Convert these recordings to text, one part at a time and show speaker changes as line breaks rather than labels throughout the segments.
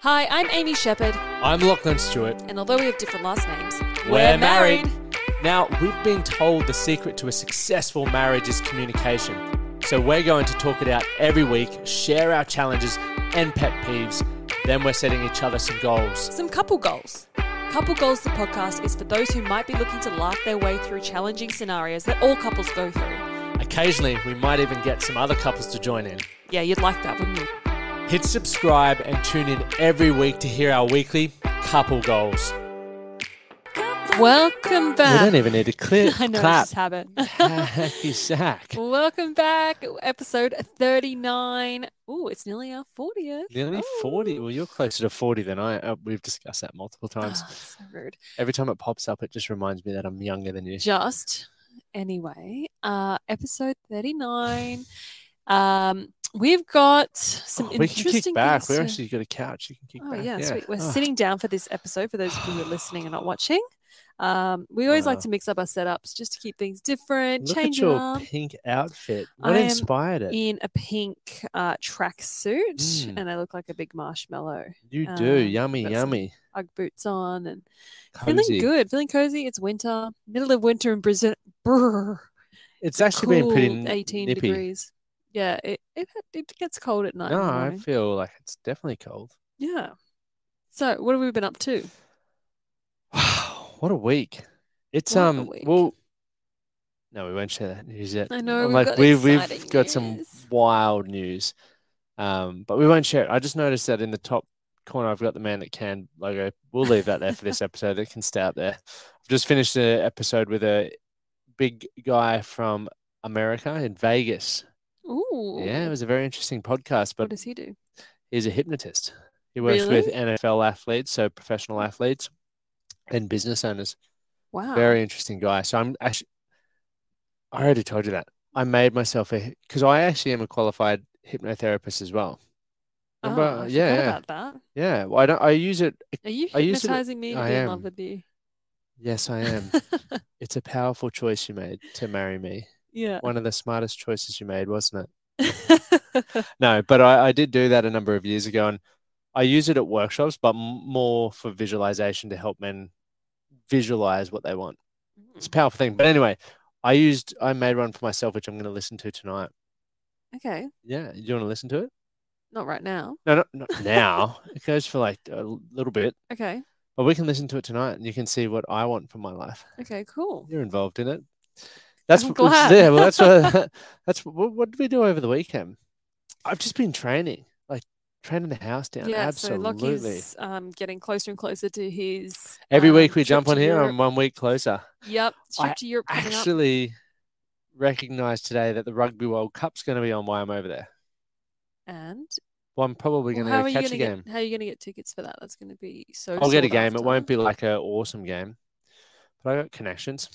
Hi, I'm Amy Shepherd,
I'm Lachlan Stewart.
and although we have different last names,
Now, we've been told the secret to a successful marriage is communication. So we're going to talk it out every week, share our challenges and pet peeves. Then we're setting each other some goals.
Some couple goals. Couple Goals, the podcast, is for those who might be looking to laugh their way through challenging scenarios that all couples go through.
Occasionally, we might even get some other couples to join in.
Yeah, you'd like that, wouldn't you?
Hit subscribe and tune in every week to hear our weekly couple goals.
Welcome
We
back.
don't even need to clear,
I know,
clap.
it's just habit.
Happy sack.
Welcome back, episode 39. Ooh, it's nearly our Oh. 40th.
Nearly 40. Well, you're closer to 40 than I. Uh, we've discussed that multiple
Oh,
times.
so rude.
Every time it pops up, it just reminds me that I'm younger than you.
just anyway uh episode 39 um we've got some
we can
interesting
kick back.
things
We've
to-
actually got a couch. You can kick
oh
back.
yeah, sweet we're
Oh,
sitting down for this episode for those of you who are listening and not watching um we always like
Wow.
to mix up our setups just to keep things different
Ah. Look
change
at
it
your
up
pink outfit.
I
What
am
inspired it?
in a pink uh tracksuit
Mm.
and i look like a big marshmallow
you do.
um,
yummy,
got some
yummy.
ugg boots on and
Cozy.
feeling good feeling cozy it's winter middle of winter in brazil brr
It's actually been pretty
cooled
n-
18
nippy.
degrees. Yeah, it, it it gets cold at night. in
No,
the
I
morning.
feel like it's definitely cold.
yeah. So, what have we been up to?
Wow, what a week! It's
What a
um.
week.
Well, no, we won't share that news yet.
I know,
I'm
we've
like
got
we've we've
exciting
got some
news.
wild news, um, but we won't share it. I just noticed that in the top corner, I've got the man that can logo. We'll leave that there for this episode. It can stay up there. I've just finished the episode with a big guy from America in Vegas.
Ooh.
Yeah, it was a very interesting podcast,
what
but
does he do?
he's a hypnotist. He works with
Really?
NFL athletes, so professional athletes and business owners.
Wow.
Very interesting guy. So I'm actually, I already told you that. I made myself a, because I actually am a qualified hypnotherapist as well.
Oh,
Remember?
I
yeah,
forgot
yeah,
about that.
yeah. Well, I don't, I use it.
Are you
I used to do-
hypnotizing me to
I
be in
am.
love with you?
Yes, I am. it's a powerful choice you made to marry me.
yeah.
One of the smartest choices you made, wasn't it? No, but I, I did do that a number of years ago and I use it at workshops, but m- more for visualization to help men visualize what they want. It's a powerful thing. But anyway, I used I made one for myself, which I'm going to listen to tonight.
okay.
Yeah, you want to listen to it?
Not right now.
No, no, not now. it goes for like a l- little bit,
Okay.
but we can listen to it tonight, and you can see what I want for my life.
Okay. Cool.
You're involved in it. That's
I'm
what was-
glad.
yeah. Well, that's what that's what, what did we do over the weekend? I've just been training, like training the house down.
Yeah. So
Absolutely.
Lockie's um, getting closer and closer to his.
Every week
um,
we
trip
jump
to
on here,
Europe.
I'm one week closer.
Yep. Trip
I
to Europe coming up.
Actually, recognised today that the Rugby World Cup's going to be on while I'm over there.
And
Well, I'm probably
Well,
going
how are
to
you
catch
gonna
a
get
game.
how are you gonna get tickets for that? That's gonna be so.
I'll get a
sought
game. It won't
after.
be like an awesome game, but I got connections.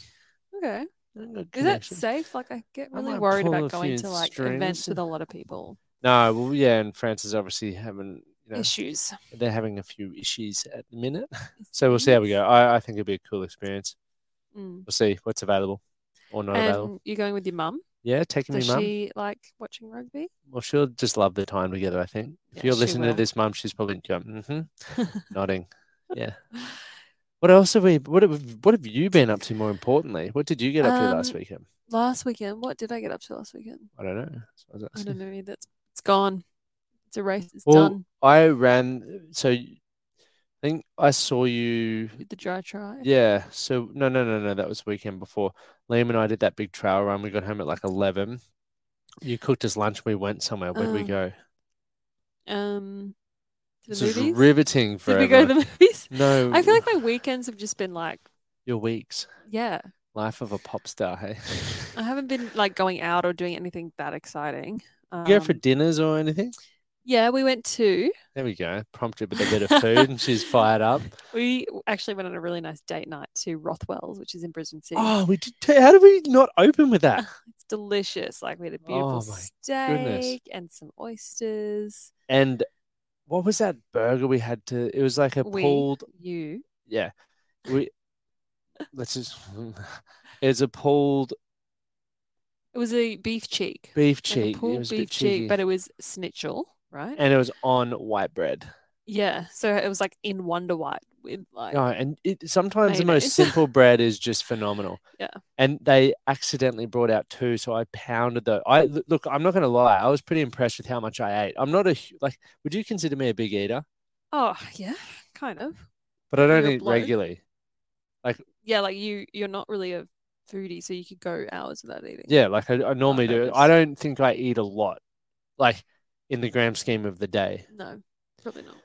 Okay.
I got
Is that
connections.
safe? Like, I get
I
really
might
worried
pull a
about going
few
to like events
strings
with
and-
a lot of people.
No, well, yeah, and France is obviously having, you know,
Issues.
they're having a few issues at the minute. So we'll see how we go. I, I think it'll be a cool experience.
Mm.
We'll see what's available or not available.
And you're going with your mum?
Yeah, taking me,
Does
mum.
she like watching rugby?
Well, she'll just love the time together, I think. If
Yeah,
you're
she
listening
will.
to this, mum, she's probably going, mm-hmm, nodding. Yeah. What else have we, what have, what have you been up to more importantly? What did you get up to last
Um,
weekend?
Last weekend, what did I get up to last weekend?
I don't know. That's what I was
I
asking.
don't know. That's it's gone. It's a race. It's
Well,
done
I ran. So y- I think I saw you.
with the dry try.
Yeah. So no, no, no, no. That was the weekend before. Liam and I did that big trail run. We got home at like eleven. You cooked us lunch. We went somewhere. Where'd we
Uh,
go?
Um, to
This
the
is
movies.
riveting for
did we go to the
everyone.
movies?
No,
I feel like my weekends have just been like,
your weeks,
yeah,
life of a pop star. Hey,
I haven't been like going out or doing anything that exciting. Um,
you go for dinners or anything?
yeah, we went to.
There we go. Prompted with a bit of food, and she's fired up.
We actually went on a really nice date night to Rothwell's, which is in Brisbane City.
Oh, we did. t- How did we not open with that?
It's delicious. Like we had a
Oh
beautiful steak
my goodness.
and some oysters.
And what was that burger we had to? It was like a
We-
pulled.
You
Yeah, we. let's just. It's a pulled
it was a beef cheek. Like
beef
a
cheek. It
pulled
was a bit
beef cheek,
cheeky,
but it was snitchel, right?
and it was on white bread.
Yeah. So it was like in Wonder White with like
No, Oh, and it, sometimes the
Mayonnaise.
most simple bread is just phenomenal.
Yeah.
And they accidentally brought out two, so I pounded the. I look. I'm not going to lie. I was pretty impressed with how much I ate. I'm not a hu- like. Would you consider me a big eater?
oh yeah, kind of.
But I don't
You're a
eat
bloke.
regularly.
Yeah, like you you're not really a foodie, so you could go hours without eating.
Yeah, like I, I normally do.
noticed.
I don't think I eat a lot, like in the grand scheme of the day.
No, probably not.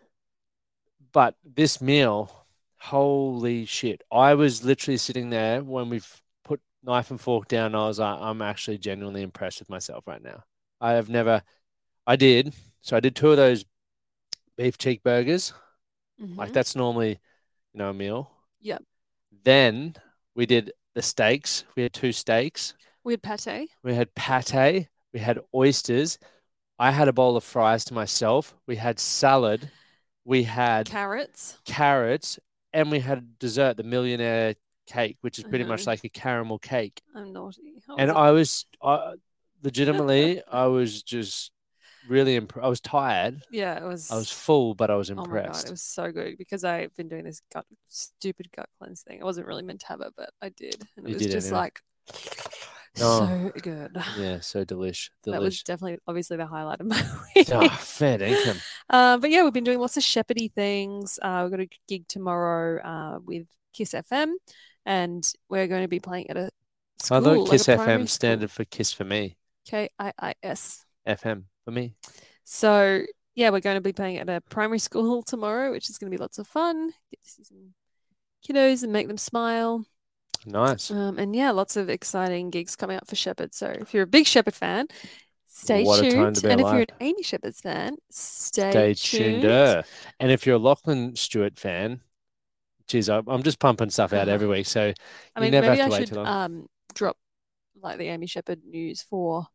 But this meal, holy shit! I was literally sitting there when we've put knife and fork down. I was like, I'm actually genuinely impressed with myself right now. I have never. I did. So I did two of those beef cheek burgers. Like
Mhm.
that's normally, you know, a meal.
Yep.
Then we did the steaks. We had two steaks.
We had pate.
We had pate. We had oysters. I had a bowl of fries to myself. We had salad. We had
Carrots.
carrots, and we had dessert, the millionaire cake, which is pretty
Uh-huh. Oh,
much like a caramel cake.
I'm naughty. How
and
was it?
I was, I, legitimately, I was just really impressed. I was tired.
yeah, it was.
I was full, but I was
oh my god,
impressed.
it was so good because I've been doing this gut stupid gut cleanse thing. I wasn't really meant to have it, but I did, and it
You
was
did
just
anyway.
like so
No.
good.
yeah, so delish,
That was
delish.
definitely, obviously, the highlight of my week.
Ah, fair income.
Uh, but yeah, we've been doing lots of Shepherdy things. Uh, we've got a gig tomorrow uh, with Kiss FM, and we're going to be playing at a school.
I thought
like
Kiss
a primary
FM standard for Kiss for me,
K I I S.
FM for me.
So yeah, we're going to be playing at a primary school tomorrow, which is going to be lots of fun. Get to see some kiddos and make them smile.
Nice.
Um, and yeah, lots of exciting gigs coming up for Shepherd. So if you're a big Shepherd fan, stay
What a
tuned.
time to be
and if you're
alive.
an Amy Shepherd's fan, stay,
Stay tuned.
tuned.
And if you're a Lachlan Stewart fan, geez, I- I'm just pumping stuff out every week. So
I
You
mean,
never have
maybe
to
I
wait
should
too long.
um drop like the Amy Shepherd news for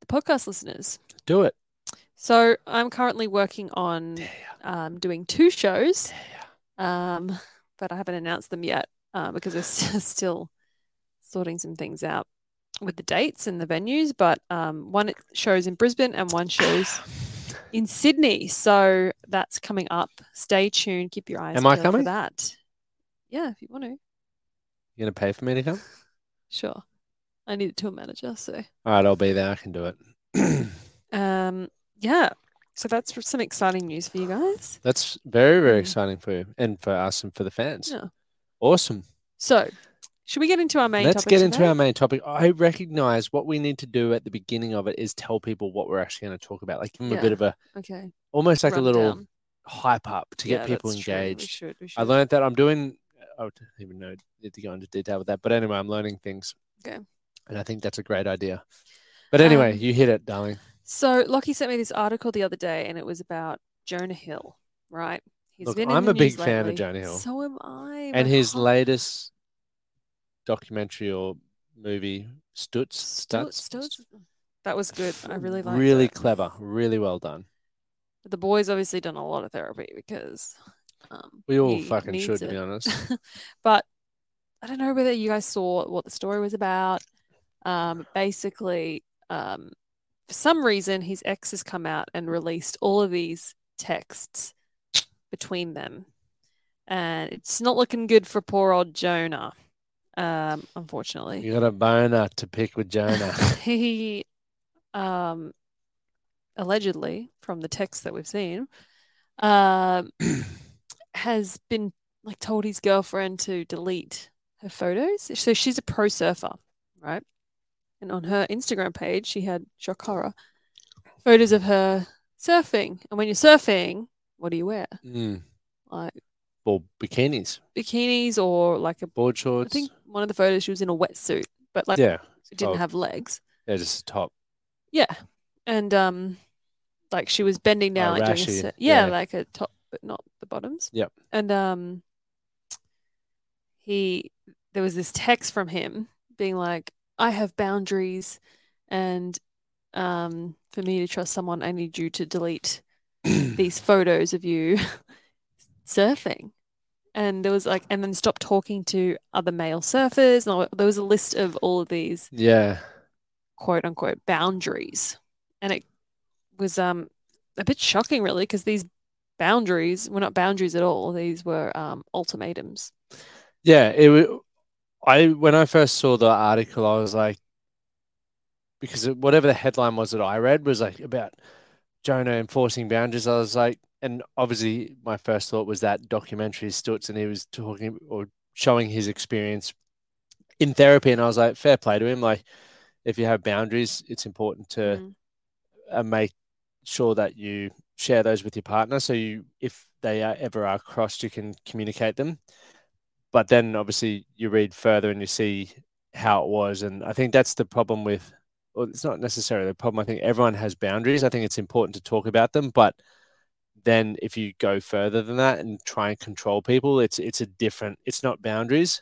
the podcast listeners.
do it.
So I'm currently working on um, doing two shows, um, but I haven't announced them yet uh, because we're s- still sorting some things out with the dates and the venues. But um, one shows in Brisbane and one shows in Sydney. So that's coming up. Stay tuned. Keep your eyes
Am I
peeled for
coming?
that. Yeah, if you want to.
You gonna pay for me to come?
Sure. I need a tour manager, so
All right, I'll be there. I can do it.
um yeah. So that's for some exciting news for you guys.
That's very, very
Mm.
exciting for you and for us and for the fans.
Yeah.
Awesome.
So should we get into our main
Let's
topic
get into
today?
our main topic. I recognize what we need to do at the beginning of it is tell people what we're actually going to talk about. Like give them
Yeah.
a bit of a
Okay.
almost like a little
rundown.
hype up to
Yeah,
get people
that's true. We
engaged.
should, we
I
should.
learned that I'm doing. I don't even know need to go into detail with that, but anyway, I'm learning things.
Okay.
And I think that's a great idea. But anyway,
Um,
you hit it, darling.
So Lockie sent me this article the other day and it was about Jonah Hill, right? He's
Look,
been in
I'm
the
a big
news
fan of
lately.
Jonah Hill.
So am I. oh,
And
my
his
heart-
latest documentary or movie, Stutz,
Stuart- Stuart's- that was good. I really liked
Really
it.
clever. Really well done.
The boy's obviously done a lot of therapy because um,
We all
he
fucking
needs
should, to
it.
be honest.
but I don't know whether you guys saw what the story was about. Um, basically, um, for some reason, his ex has come out and released all of these texts between them, and it's not looking good for poor old Jonah. Um, unfortunately,
You got a boner to pick with Jonah.
he um, allegedly, from the texts that we've seen, um, has been like told his girlfriend to delete her photos. So she's a pro surfer, right? And on her Instagram page, she had shock horror photos of her surfing. And when you're surfing, what do you wear?
mm.
Like
Well, bikinis,
bikinis or like a,
board
I
shorts.
think one of the photos she was in a wetsuit, but like
yeah.
it didn't
Oh.
have legs.
Yeah, just the top.
Yeah. And um like she was bending down
Oh,
like doing a
rashy.
cer- yeah,
Yeah.
like a top but not the bottoms.
Yep.
And um he there was this text from him being like, I have boundaries and um for me to trust someone I need you to delete these photos of you surfing. And there was like and then stop talking to other male surfers and all, there was a list of all of these
Yeah.
quote unquote boundaries. And it was um a bit shocking really because these boundaries were not boundaries at all. These were um, ultimatums.
Yeah, it. wa- I when I first saw the article, I was like, because it, whatever the headline was that I read was like about Jonah enforcing boundaries. I was like, and obviously my first thought was that documentary Stutz, and he was talking or showing his experience in therapy, and I was like, fair play to him. Like, if you have boundaries, it's important to
Mm.
uh, make sure that you share those with your partner so you if they are, ever are crossed you can communicate them but then obviously you read further and you see how it was and i think that's the problem with well it's not necessarily a problem i think everyone has boundaries i think it's important to talk about them but then if you go further than that and try and control people it's it's a different it's not boundaries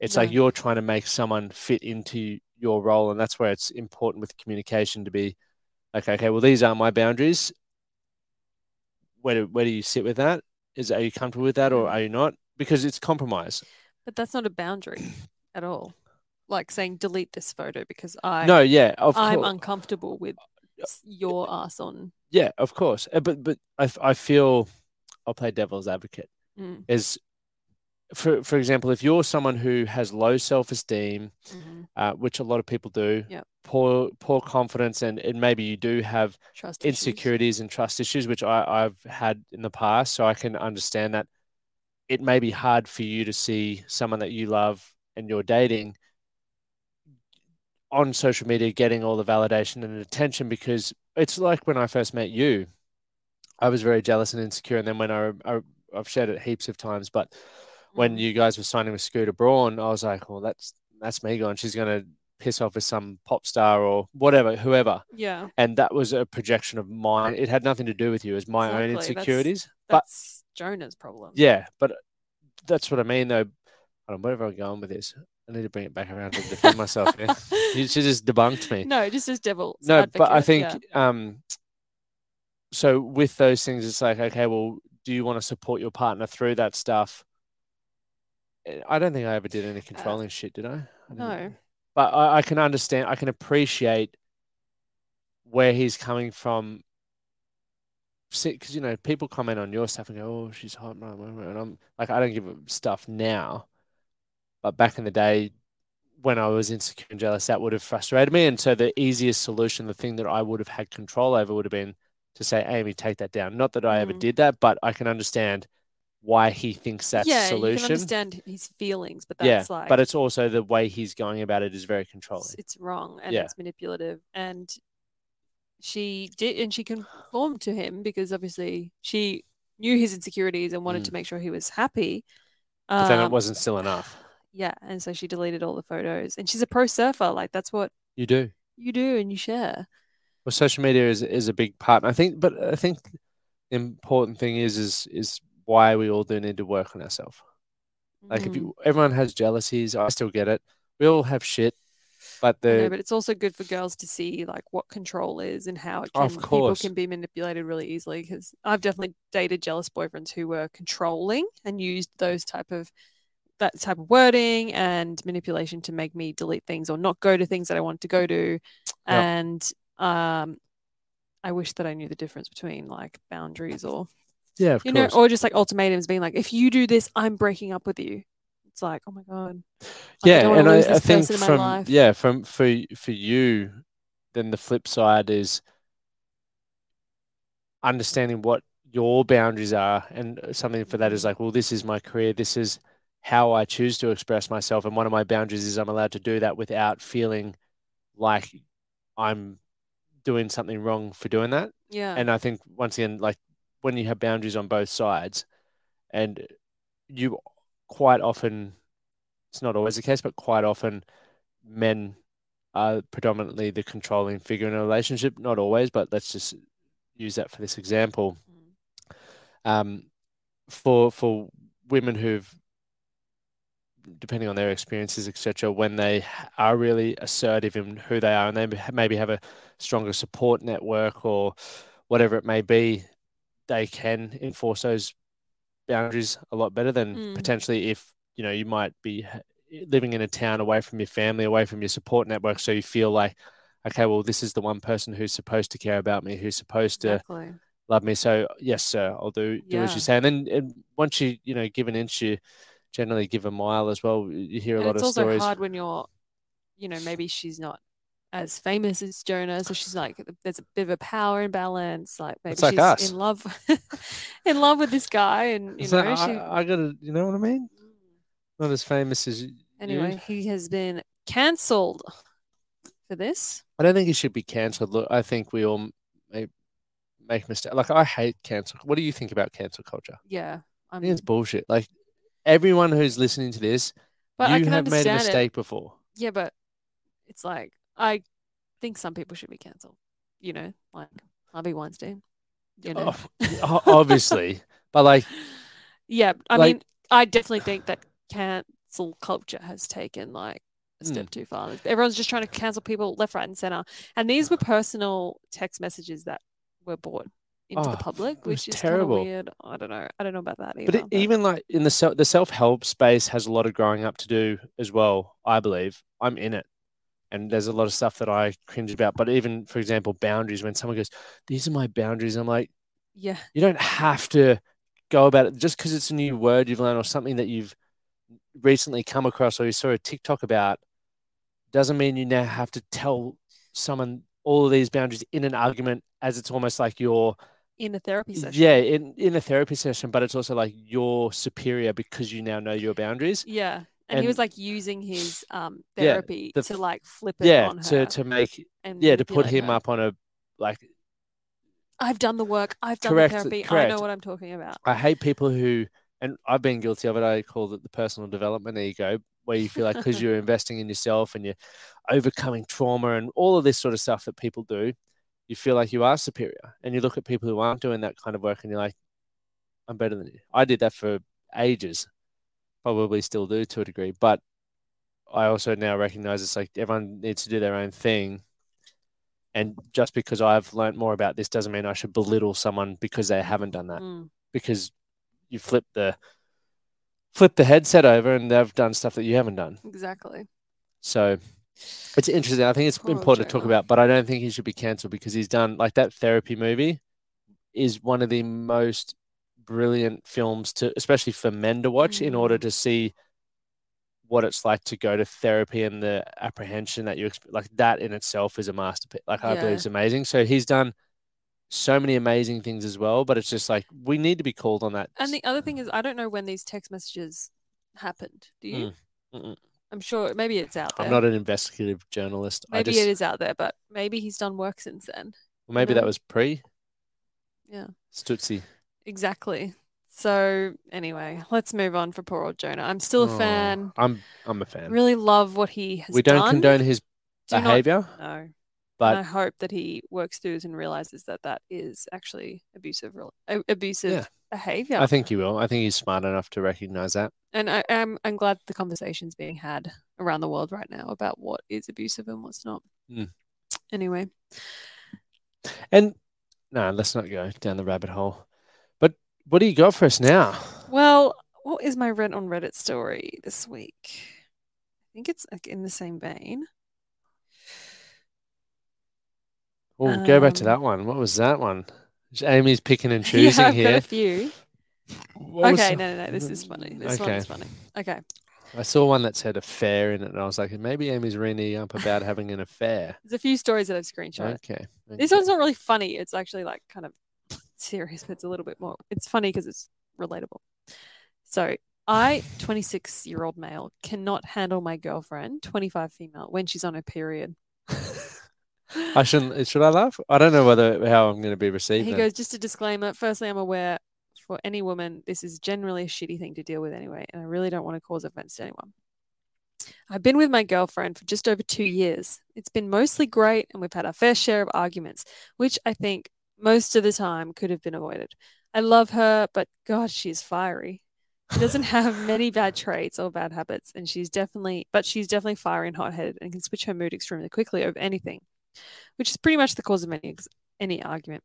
it's like
No.
you're trying to make someone fit into your role and that's where it's important with communication to be like okay well these are my boundaries where do, where do you sit with that is are you comfortable with that or
Mm.
are you not because it's compromise
But that's not a boundary at all. Like saying delete this photo because I
no yeah of
I'm
course
uncomfortable with s- your ass on.
yeah of course Uh, but but I, f- I feel i'll play devil's advocate
Mm,
is for for example if you're someone who has low self-esteem
mhm.
uh, which a lot of people do
Yep.
poor poor confidence and, and maybe you do have
Trust issues.
insecurities and trust issues, which I, I've had in the past. So I can understand that it may be hard for you to see someone that you love and you're dating on social media getting all the validation and attention because it's like when I first met you, I was very jealous and insecure. And then when I, I I've shared it heaps of times, but when
Mm.
you guys were signing with Scooter Braun, I was like, well, that's that's me going. She's gonna piss off with some pop star or whatever, whoever.
Yeah,
and that was a projection of mine. It had nothing to do with you. It was my own
Exactly, that's-
insecurities. But
that's Jonah's problem.
yeah, but that's what I mean though. I don't know, where have I gone with this? I need to bring it back around and defend myself. Yeah? You she just debunked me.
No, just as devil.
No, but I think um so with those things it's like, okay, well, do you want to support your partner through that stuff? Eh, I don't think I ever did any controlling shit, did I? I don't
no.
think- But I, I can understand I can appreciate where he's coming from because you know people comment on your stuff and go, "Oh, she's hot," blah, blah, blah," and I'm like, I don't give a stuff now, but back in the day when I was insecure and jealous, that would have frustrated me. And so the easiest solution, the thing that I would have had control over, would have been to say, "Amy, take that down." Not that I ever
Mm.
did that, but I can understand why he thinks that's
yeah,
the
you can
solution.
understand his feelings, but
Yeah,
that's like
but it's also the way he's going about it is very
it's,
controlling.
it's wrong and
Yeah.
it's manipulative. And she did, and she conformed to him because obviously she knew his insecurities and wanted
Mm.
to make sure he was happy.
But then it
Um,
wasn't still enough.
Yeah, and so she deleted all the photos. And she's a pro surfer. Like that's what
You do.
you do and you share.
Well, social media is is a big part. And I think, but I think the important thing is is is why we all do need to work on ourselves. Like
Mm-hmm.
if you, everyone has jealousies, I still get it. We all have shit, but
I
the
know, but it's also good for girls to see like what control is and how it can
Of
people
course.
can be manipulated really easily. Because I've definitely dated jealous boyfriends who were controlling and used those type of that type of wording and manipulation to make me delete things or not go to things that I want to go to.
Yeah.
And um, I wish that I knew the difference between like boundaries or
yeah, of
you
course.
know, or just like ultimatums being like, if you do this, I'm breaking up with you. It's like, oh my god, Like, I
yeah,
don't wanna
and I,
lose this
I think
person in my
from
life.
yeah from for for you, then the flip side is understanding what your boundaries are, and something for that is
Mhm.
like, well, this is my career. This is how I choose to express myself, and one of my boundaries is I'm allowed to do that without feeling like I'm doing something wrong for doing that.
yeah,
And I think once again, like when you have boundaries on both sides, and you quite often, it's not always the case, but quite often men are predominantly the controlling figure in a relationship. Not always, but let's just use that for this example.
Mm.
Um, for for women who've depending on their experiences, etc., when they h- are really assertive in who they are and they m- maybe have a stronger support network or whatever it may be, they can enforce those boundaries a lot better than
Mm.
potentially if you know you might be h- living in a town away from your family, away from your support network, so you feel like. Okay, well, this is the one person who's supposed to care about me, who's supposed to
exactly.
love me. So yes, sir, I'll do do as
Yeah.
you say. And then and once you you know give an inch, you generally give a mile as well. You hear a
And
lot
it's
of
also
stories.
hard when you're, you know, maybe she's not as famous as Jonah, so she's like, there's a bit of a power imbalance. Like maybe
It's like
she's
us.
in love, in love with this guy, and you
So
know, she. Mm.
I, I gotta, you know what I mean? Not as famous as you.
Anyway, he has been cancelled for this.
I don't think it should be cancelled. Look, I think we all make, make mistakes. Like I hate cancel. What do you think about cancel culture?
Yeah,
I
I'm,
think it's bullshit. Like everyone who's listening to this,
but I
you
can
have made a
understand it.
mistake before.
Yeah, but it's like I think some people should be cancelled. You know, like Harvey Weinstein. You know,
Oh, O- Obviously, but like
Yeah, I
Like-
mean, I definitely think that cancel culture has taken like a
Mm.
step too far. Everyone's just trying to cancel people left, right, and center. And these were personal text messages that were brought into
Oh,
the public,
it was
which is kind of
terrible.
weird. I don't know. I don't know about that either.
But it, even like in the self, the self help space has a lot of growing up to do as well. I believe I'm in it, and there's a lot of stuff that I cringe about. But even for example, boundaries. When someone goes, "These are my boundaries," I'm like,
yeah,
you don't have to go about it just because it's a new word you've learned or something that you've recently come across or you saw a TikTok about. Doesn't mean you now have to tell someone all of these boundaries in an argument, as it's almost like you're
in a therapy session.
yeah, in, in a therapy session, but it's also like you're superior because you now know your boundaries.
yeah. And, he was
And-
like using his um
Yeah,
therapy
the
to
f-
like flip it
Yeah,
on
to,
her
to make
and
yeah to put
manipulate
him
her.
up on a like.
I've done the work. I've done
Correct,
the therapy. I know
correct.
what I'm talking about.
I hate people who, and I've been guilty of it. I call it the personal development ego, where you feel like because you're investing in yourself and you're overcoming trauma and all of this sort of stuff that people do, you feel like you are superior. And you look at people who aren't doing that kind of work, and you're like, I'm better than you. I did that for ages, probably still do to a degree, but I also now recognize it's like everyone needs to do their own thing. And just because I've learned more about this doesn't mean I should belittle someone because they haven't done that.
Mm.
Because you flip the flip the headset over and they've done stuff that you haven't done.
Exactly.
So it's interesting. I think it's
Poor old
important to talk
Jonah.
about, but I don't think he should be cancelled because he's done like that therapy movie is one of the most brilliant films to especially for men to watch in order
Mm.
to see what it's like to go to therapy and the apprehension that you exp- like that in itself is a masterpiece like i
Yeah.
believe is amazing so he's done so many amazing things as well but it's just like we need to be called on that
And the other
mm.
thing is, I don't know when these text messages happened. Do you?
Mm, mm-mm.
I'm sure maybe it's out there.
i'm not an investigative journalist i
maybe
just
it is out there, but maybe he's done work since then.
well, maybe that
know?
was pre
Yeah.
stutzy
Exactly. So anyway, let's move on for poor old Jonah. I'm still a
Oh,
fan.
i'm i'm a fan
Really love what he has
we don't
done.
condone his
Do not-
behavior
no. and
but-
I hope that he works through this and realizes that that is actually abusive, rel- a- abusive
Yeah.
behavior.
i think he will i think he's smart enough to recognize that
and I, I'm I'm glad the conversation's being had around the world right now about what is abusive and what's not.
Mm.
Anyway,
and no let's not go down the rabbit hole but what do you got for us now
well, what is my rent on Reddit story this week? I think it's like in the same vein.
Oh, go back
Um,
to that one. What was that one? Amy's picking and
yeah,
choosing
I've got
here.
a few.
What was
okay,
the-
no, no, no. This is funny. This
Okay.
one's funny. Okay.
I saw one that said affair in it, and I was like, maybe Amy's reading up about having an affair.
There's a few stories that I've screenshot.
Okay.
This
okay.
one's not really funny. It's actually like kind of serious, but it's a little bit more. It's funny because it's relatable. So, I, 26 year old male, cannot handle my girlfriend, 25 female, when she's on her period.
I shouldn't. Should I laugh? I don't know whether how I'm going to be received.
he
then.
goes, just a disclaimer. Firstly, I'm aware for any woman, this is generally a shitty thing to deal with anyway, and I really don't want to cause offense to anyone. I've been with my girlfriend for just over two years. It's been mostly great, and we've had our fair share of arguments, which I think most of the time could have been avoided. I love her, but God, she's fiery. She doesn't have many bad traits or bad habits, and she's definitely, but she's definitely fiery and hot headed and can switch her mood extremely quickly over anything, which is pretty much the cause of any, ex- any argument.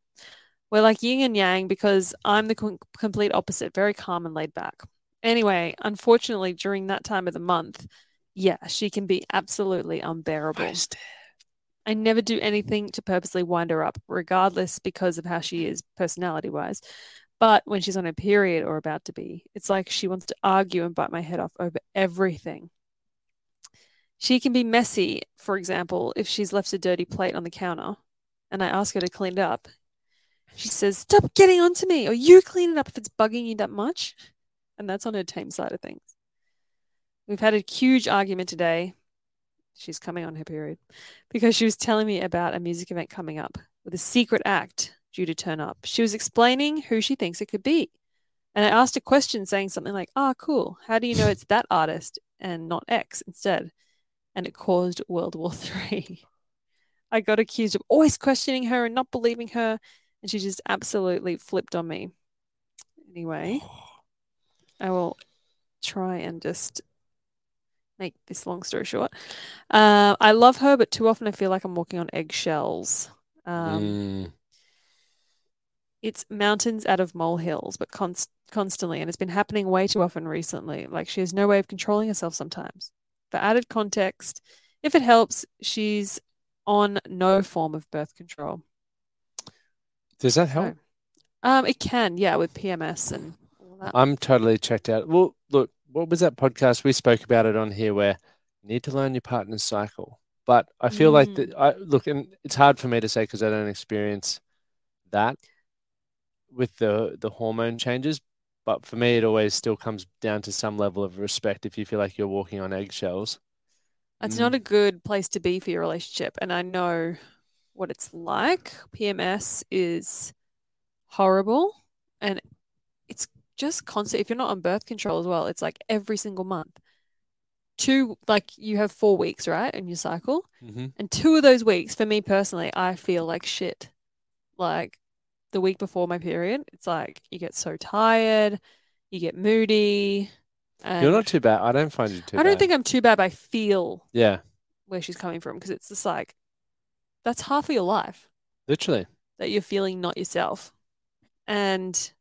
We're like yin and yang because I'm the com- complete opposite, very calm and laid back. Anyway, unfortunately, during that time of the month, yeah, she can be absolutely unbearable. I never do anything to purposely wind her up, regardless because of how she is personality wise. But when she's on her period or about to be, it's like she wants to argue and bite my head off over everything. She can be messy, for example, if she's left a dirty plate on the counter and I ask her to clean it up. She says, Stop getting onto me, or you clean it up if it's bugging you that much. And that's on her tame side of things. We've had a huge argument today. She's coming on her period because she was telling me about a music event coming up with a secret act due to turn up. She was explaining who she thinks it could be. And I asked a question saying something like, Ah, cool. How do you know it's that artist and not X instead? And it caused World War Three. I got accused of always questioning her and not believing her. And she just absolutely flipped on me. Anyway, I will try and just make this long story short. Uh, I love her, but too often I feel like I'm walking on eggshells. Um,
Mm.
it's mountains out of molehills, but const- constantly, and it's been happening way too often recently. Like she has no way of controlling herself sometimes. For added context, if it helps, she's on no form of birth control.
Does that help?
Um, it can, yeah, with PMS and all that.
I'm totally checked out. Well, look, what was that podcast we spoke about it on here where you need to learn your partner's cycle? But I feel
Mm.
like that I look, and it's hard for me to say because I don't experience that with the the hormone changes. But for me, it always still comes down to some level of respect. If you feel like you're walking on eggshells,
It's
Mm.
not a good place to be for your relationship, and I know what it's like. PMS is horrible, and it's just constant. If you're not on birth control as well, it's like every single month. Two, like you have four weeks, right, in your cycle, and two of those weeks, for me personally, I feel like shit. Like the week before my period, it's like you get so tired, you get moody. And
you're not too bad. I don't find you too.
I don't
bad.
think I'm too bad. but I feel
Yeah,
where she's coming from because it's just like that's half of your life
literally.
that you're feeling not yourself and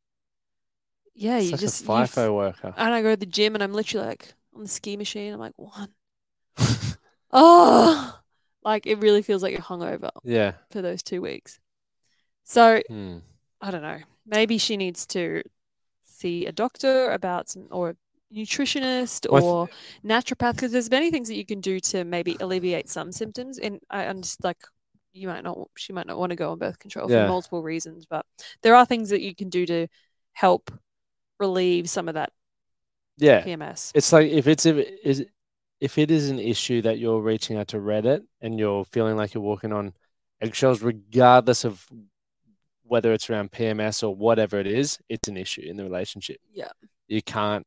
yeah
Such
you just
a
you f-
FIFO worker.
and i go to the gym and i'm literally like on the ski machine i'm like one oh like it really feels like you're hungover
yeah.
for those two weeks so
Hmm.
i don't know maybe she needs to see a doctor about some or a nutritionist
Well, I th-
or naturopath because there's many things that you can do to maybe alleviate some symptoms and i understand like you might not she might not want to go on birth control
Yeah.
for multiple reasons but there are things that you can do to help relieve some of that
Yeah.
pms
It's like if it's if it is if it is an issue that you're reaching out to Reddit and you're feeling like you're walking on eggshells, regardless of whether it's around PMS or whatever it is, it's an issue in the relationship.
Yeah.
You can't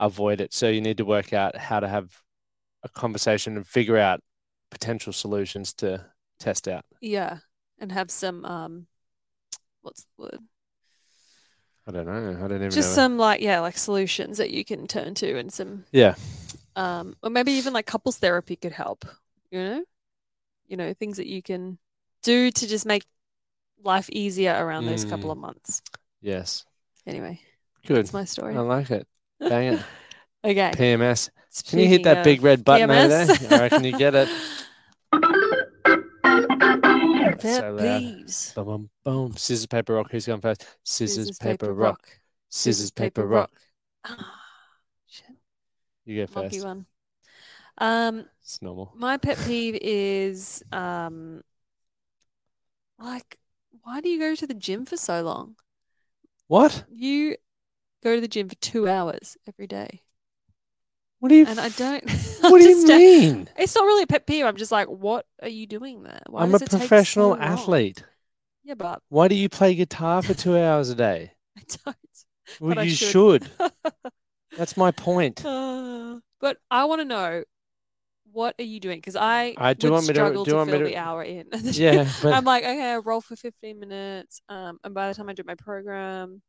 avoid it. So you need to work out how to have a conversation and figure out potential solutions to test out.
yeah and have some um what's the word
I don't know. I don't even
just
know.
some like yeah like solutions that you can turn to and some
yeah.
um or maybe even like couples therapy could help you know you know things that you can do to just make life easier around those couple
Mm.
of months
Yes.
anyway
Good.
that's my story
I like it. Dang it.
okay uh,
PMS. Can you hit
speaking
that big
of
red button over
PMS.
there? I reckon you get it. That's
pet
so loud.
peeves
Boom, boom, boom. Scissors, paper, rock. Who's going first? Scissors, paper, rock. Scissors, paper, rock.
Ah, shit
You go
lucky
first.
one um
It's normal.
my pet peeve is um like why do you go to the gym for so long
What?
you go to the gym for two hours every day
What do you?
and i
f-
don't
What do you
understand-
mean?
It's not really a pet peeve. I'm just like, what are you doing there? Why
I'm a
does it take so
professional
long?
athlete.
Yeah, but
Why do you play guitar for two hours a day?
I don't.
Well,
But I
you
should.
should. That's my point.
Uh, but I want to know, what are you doing? Because I,
I do
would
want me to-
struggle
do you want me
fill
to-
the hour in.
Yeah, but
I'm like, okay, I roll for 15 minutes, um, and by the time I do my program,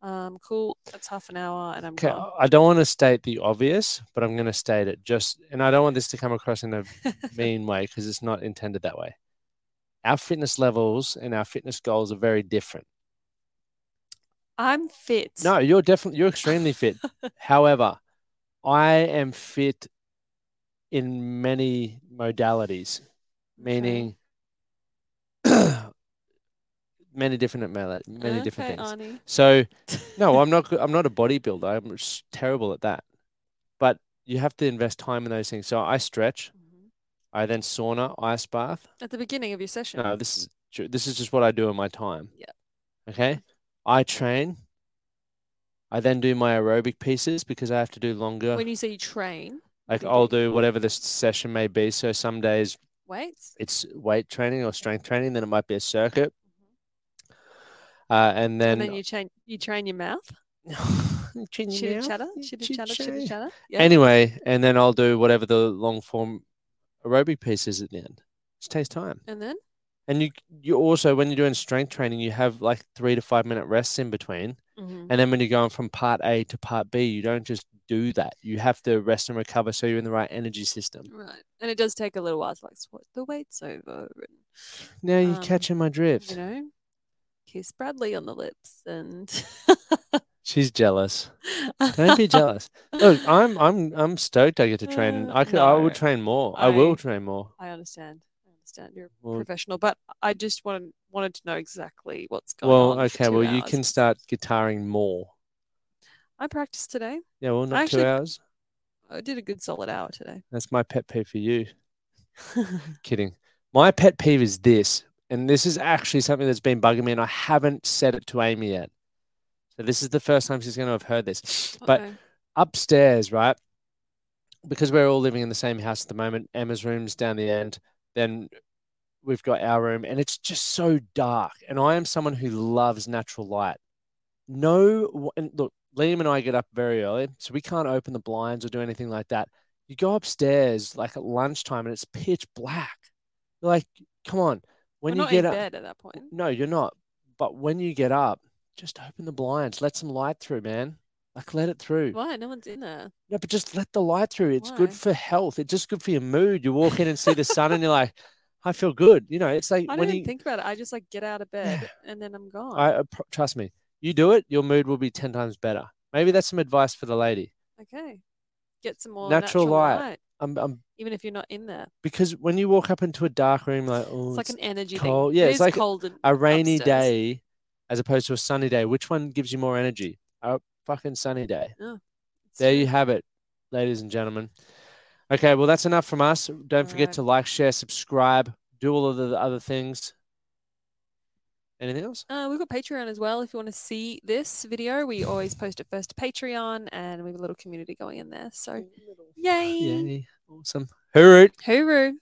um, cool, that's half an hour, and I'm
okay,
gone.
I don't want to state the obvious, but I'm going to state it just, and I don't want this to come across in a mean way because it's not intended that way. Our fitness levels and our fitness goals are very different.
I'm fit.
No, you're definitely you're extremely fit. However, I am fit in many modalities. meaning many different many different
okay,
things.
Arnie.
So no, I'm not. go- I'm not a bodybuilder. I'm s- terrible at that. But you have to invest time in those things. So I stretch.
Mhm.
I then sauna, ice bath.
At the beginning of your session.
No, this is ju- this is just what I do in my time.
Yeah.
Okay. I train. I then do my aerobic pieces because I have to do longer.
When you say you train,
like
do
I'll
weights.
do whatever the s- session may be. So some days
weights.
it's weight training or strength training. Then it might be a circuit. Uh, and then,
Mm-hmm. And, then you train you train your mouth.
Chin your
Chitter
mouth,
chatter,
you
chitter
chit
chatter, chitter
chat.
chatter. Yeah.
Anyway, and then I'll do whatever the long form aerobic piece is at the end. It takes time.
and then
And you you also when you're doing strength training, you have like three to five minute rests in between.
Mhm.
And then when you're going from part A to part B, you don't just do that. You have to rest and recover so you're in the right energy system.
right. And it does take a little while to like swat the weights over and
Now you're
Um,
catching my drift.
you know, kiss Bradley on the lips and
She's jealous. Don't be jealous. Look, I'm I'm I'm stoked I get to train.
Uh,
I could I
no.
will train more. I, will
I-
train more.
I understand. I understand you're a
Well-
professional, but I just wanted wanted to know exactly what's going on.
Well,
for
okay,
two
well you
hours.
can start guitaring more.
I practiced today.
Yeah, well not
Actually-
two hours.
I did a good solid hour today.
That's my pet peeve for you. Kidding. My pet peeve is this, and this is actually something that's been bugging me, and I haven't said it to Amy yet. So this is the first time she's going to have heard this. But
Uh-oh.
upstairs, right? Because we're all living in the same house at the moment. Emma's room's down the end. Then we've got our room, and it's just so dark. And I am someone who loves natural light. No, and look, Liam and I get up very early, so we can't open the blinds or do anything like that. You go upstairs like at lunchtime, and it's pitch black. You're like, come on. When
We're
you
not
get
in
up,
bed at that point.
no, you're not. But when you get up, just open the blinds, let some light through, man. Like let it through.
Why? No one's in there.
No, but just let the light through. It's good
Why?
for health. It's just good for your mood. You walk in and see the sun, and you're like, I feel good. You know, it's like
I don't
when
even
you
think about it. I just like get out of bed and then I'm gone.
I I pr- trust me. You do it, your mood will be ten times better. Maybe that's some advice for the lady.
okay. Get some more natural,
Natural
light.
light. Um, um,
even if you're not in there.
because when you walk up into a dark room, like oh,
It's
it's
like an energy
cold.
thing.
Yeah,
It
it's
is
like
cold and
a rainy
upstairs.
day as opposed to a sunny day. Which one gives you more energy? A fucking sunny day.
It's
There
true.
you have it, ladies and gentlemen. Okay, well, that's enough from us. Don't forget
Alright.
to like, share, subscribe, do all of the other things. Anything else?
Uh, we've got Patreon as well. If you want to see this video, we always post it first to Patreon, and we have a little community going in there. So, yay!
Yay. Awesome. Hooroo.
Hooroo!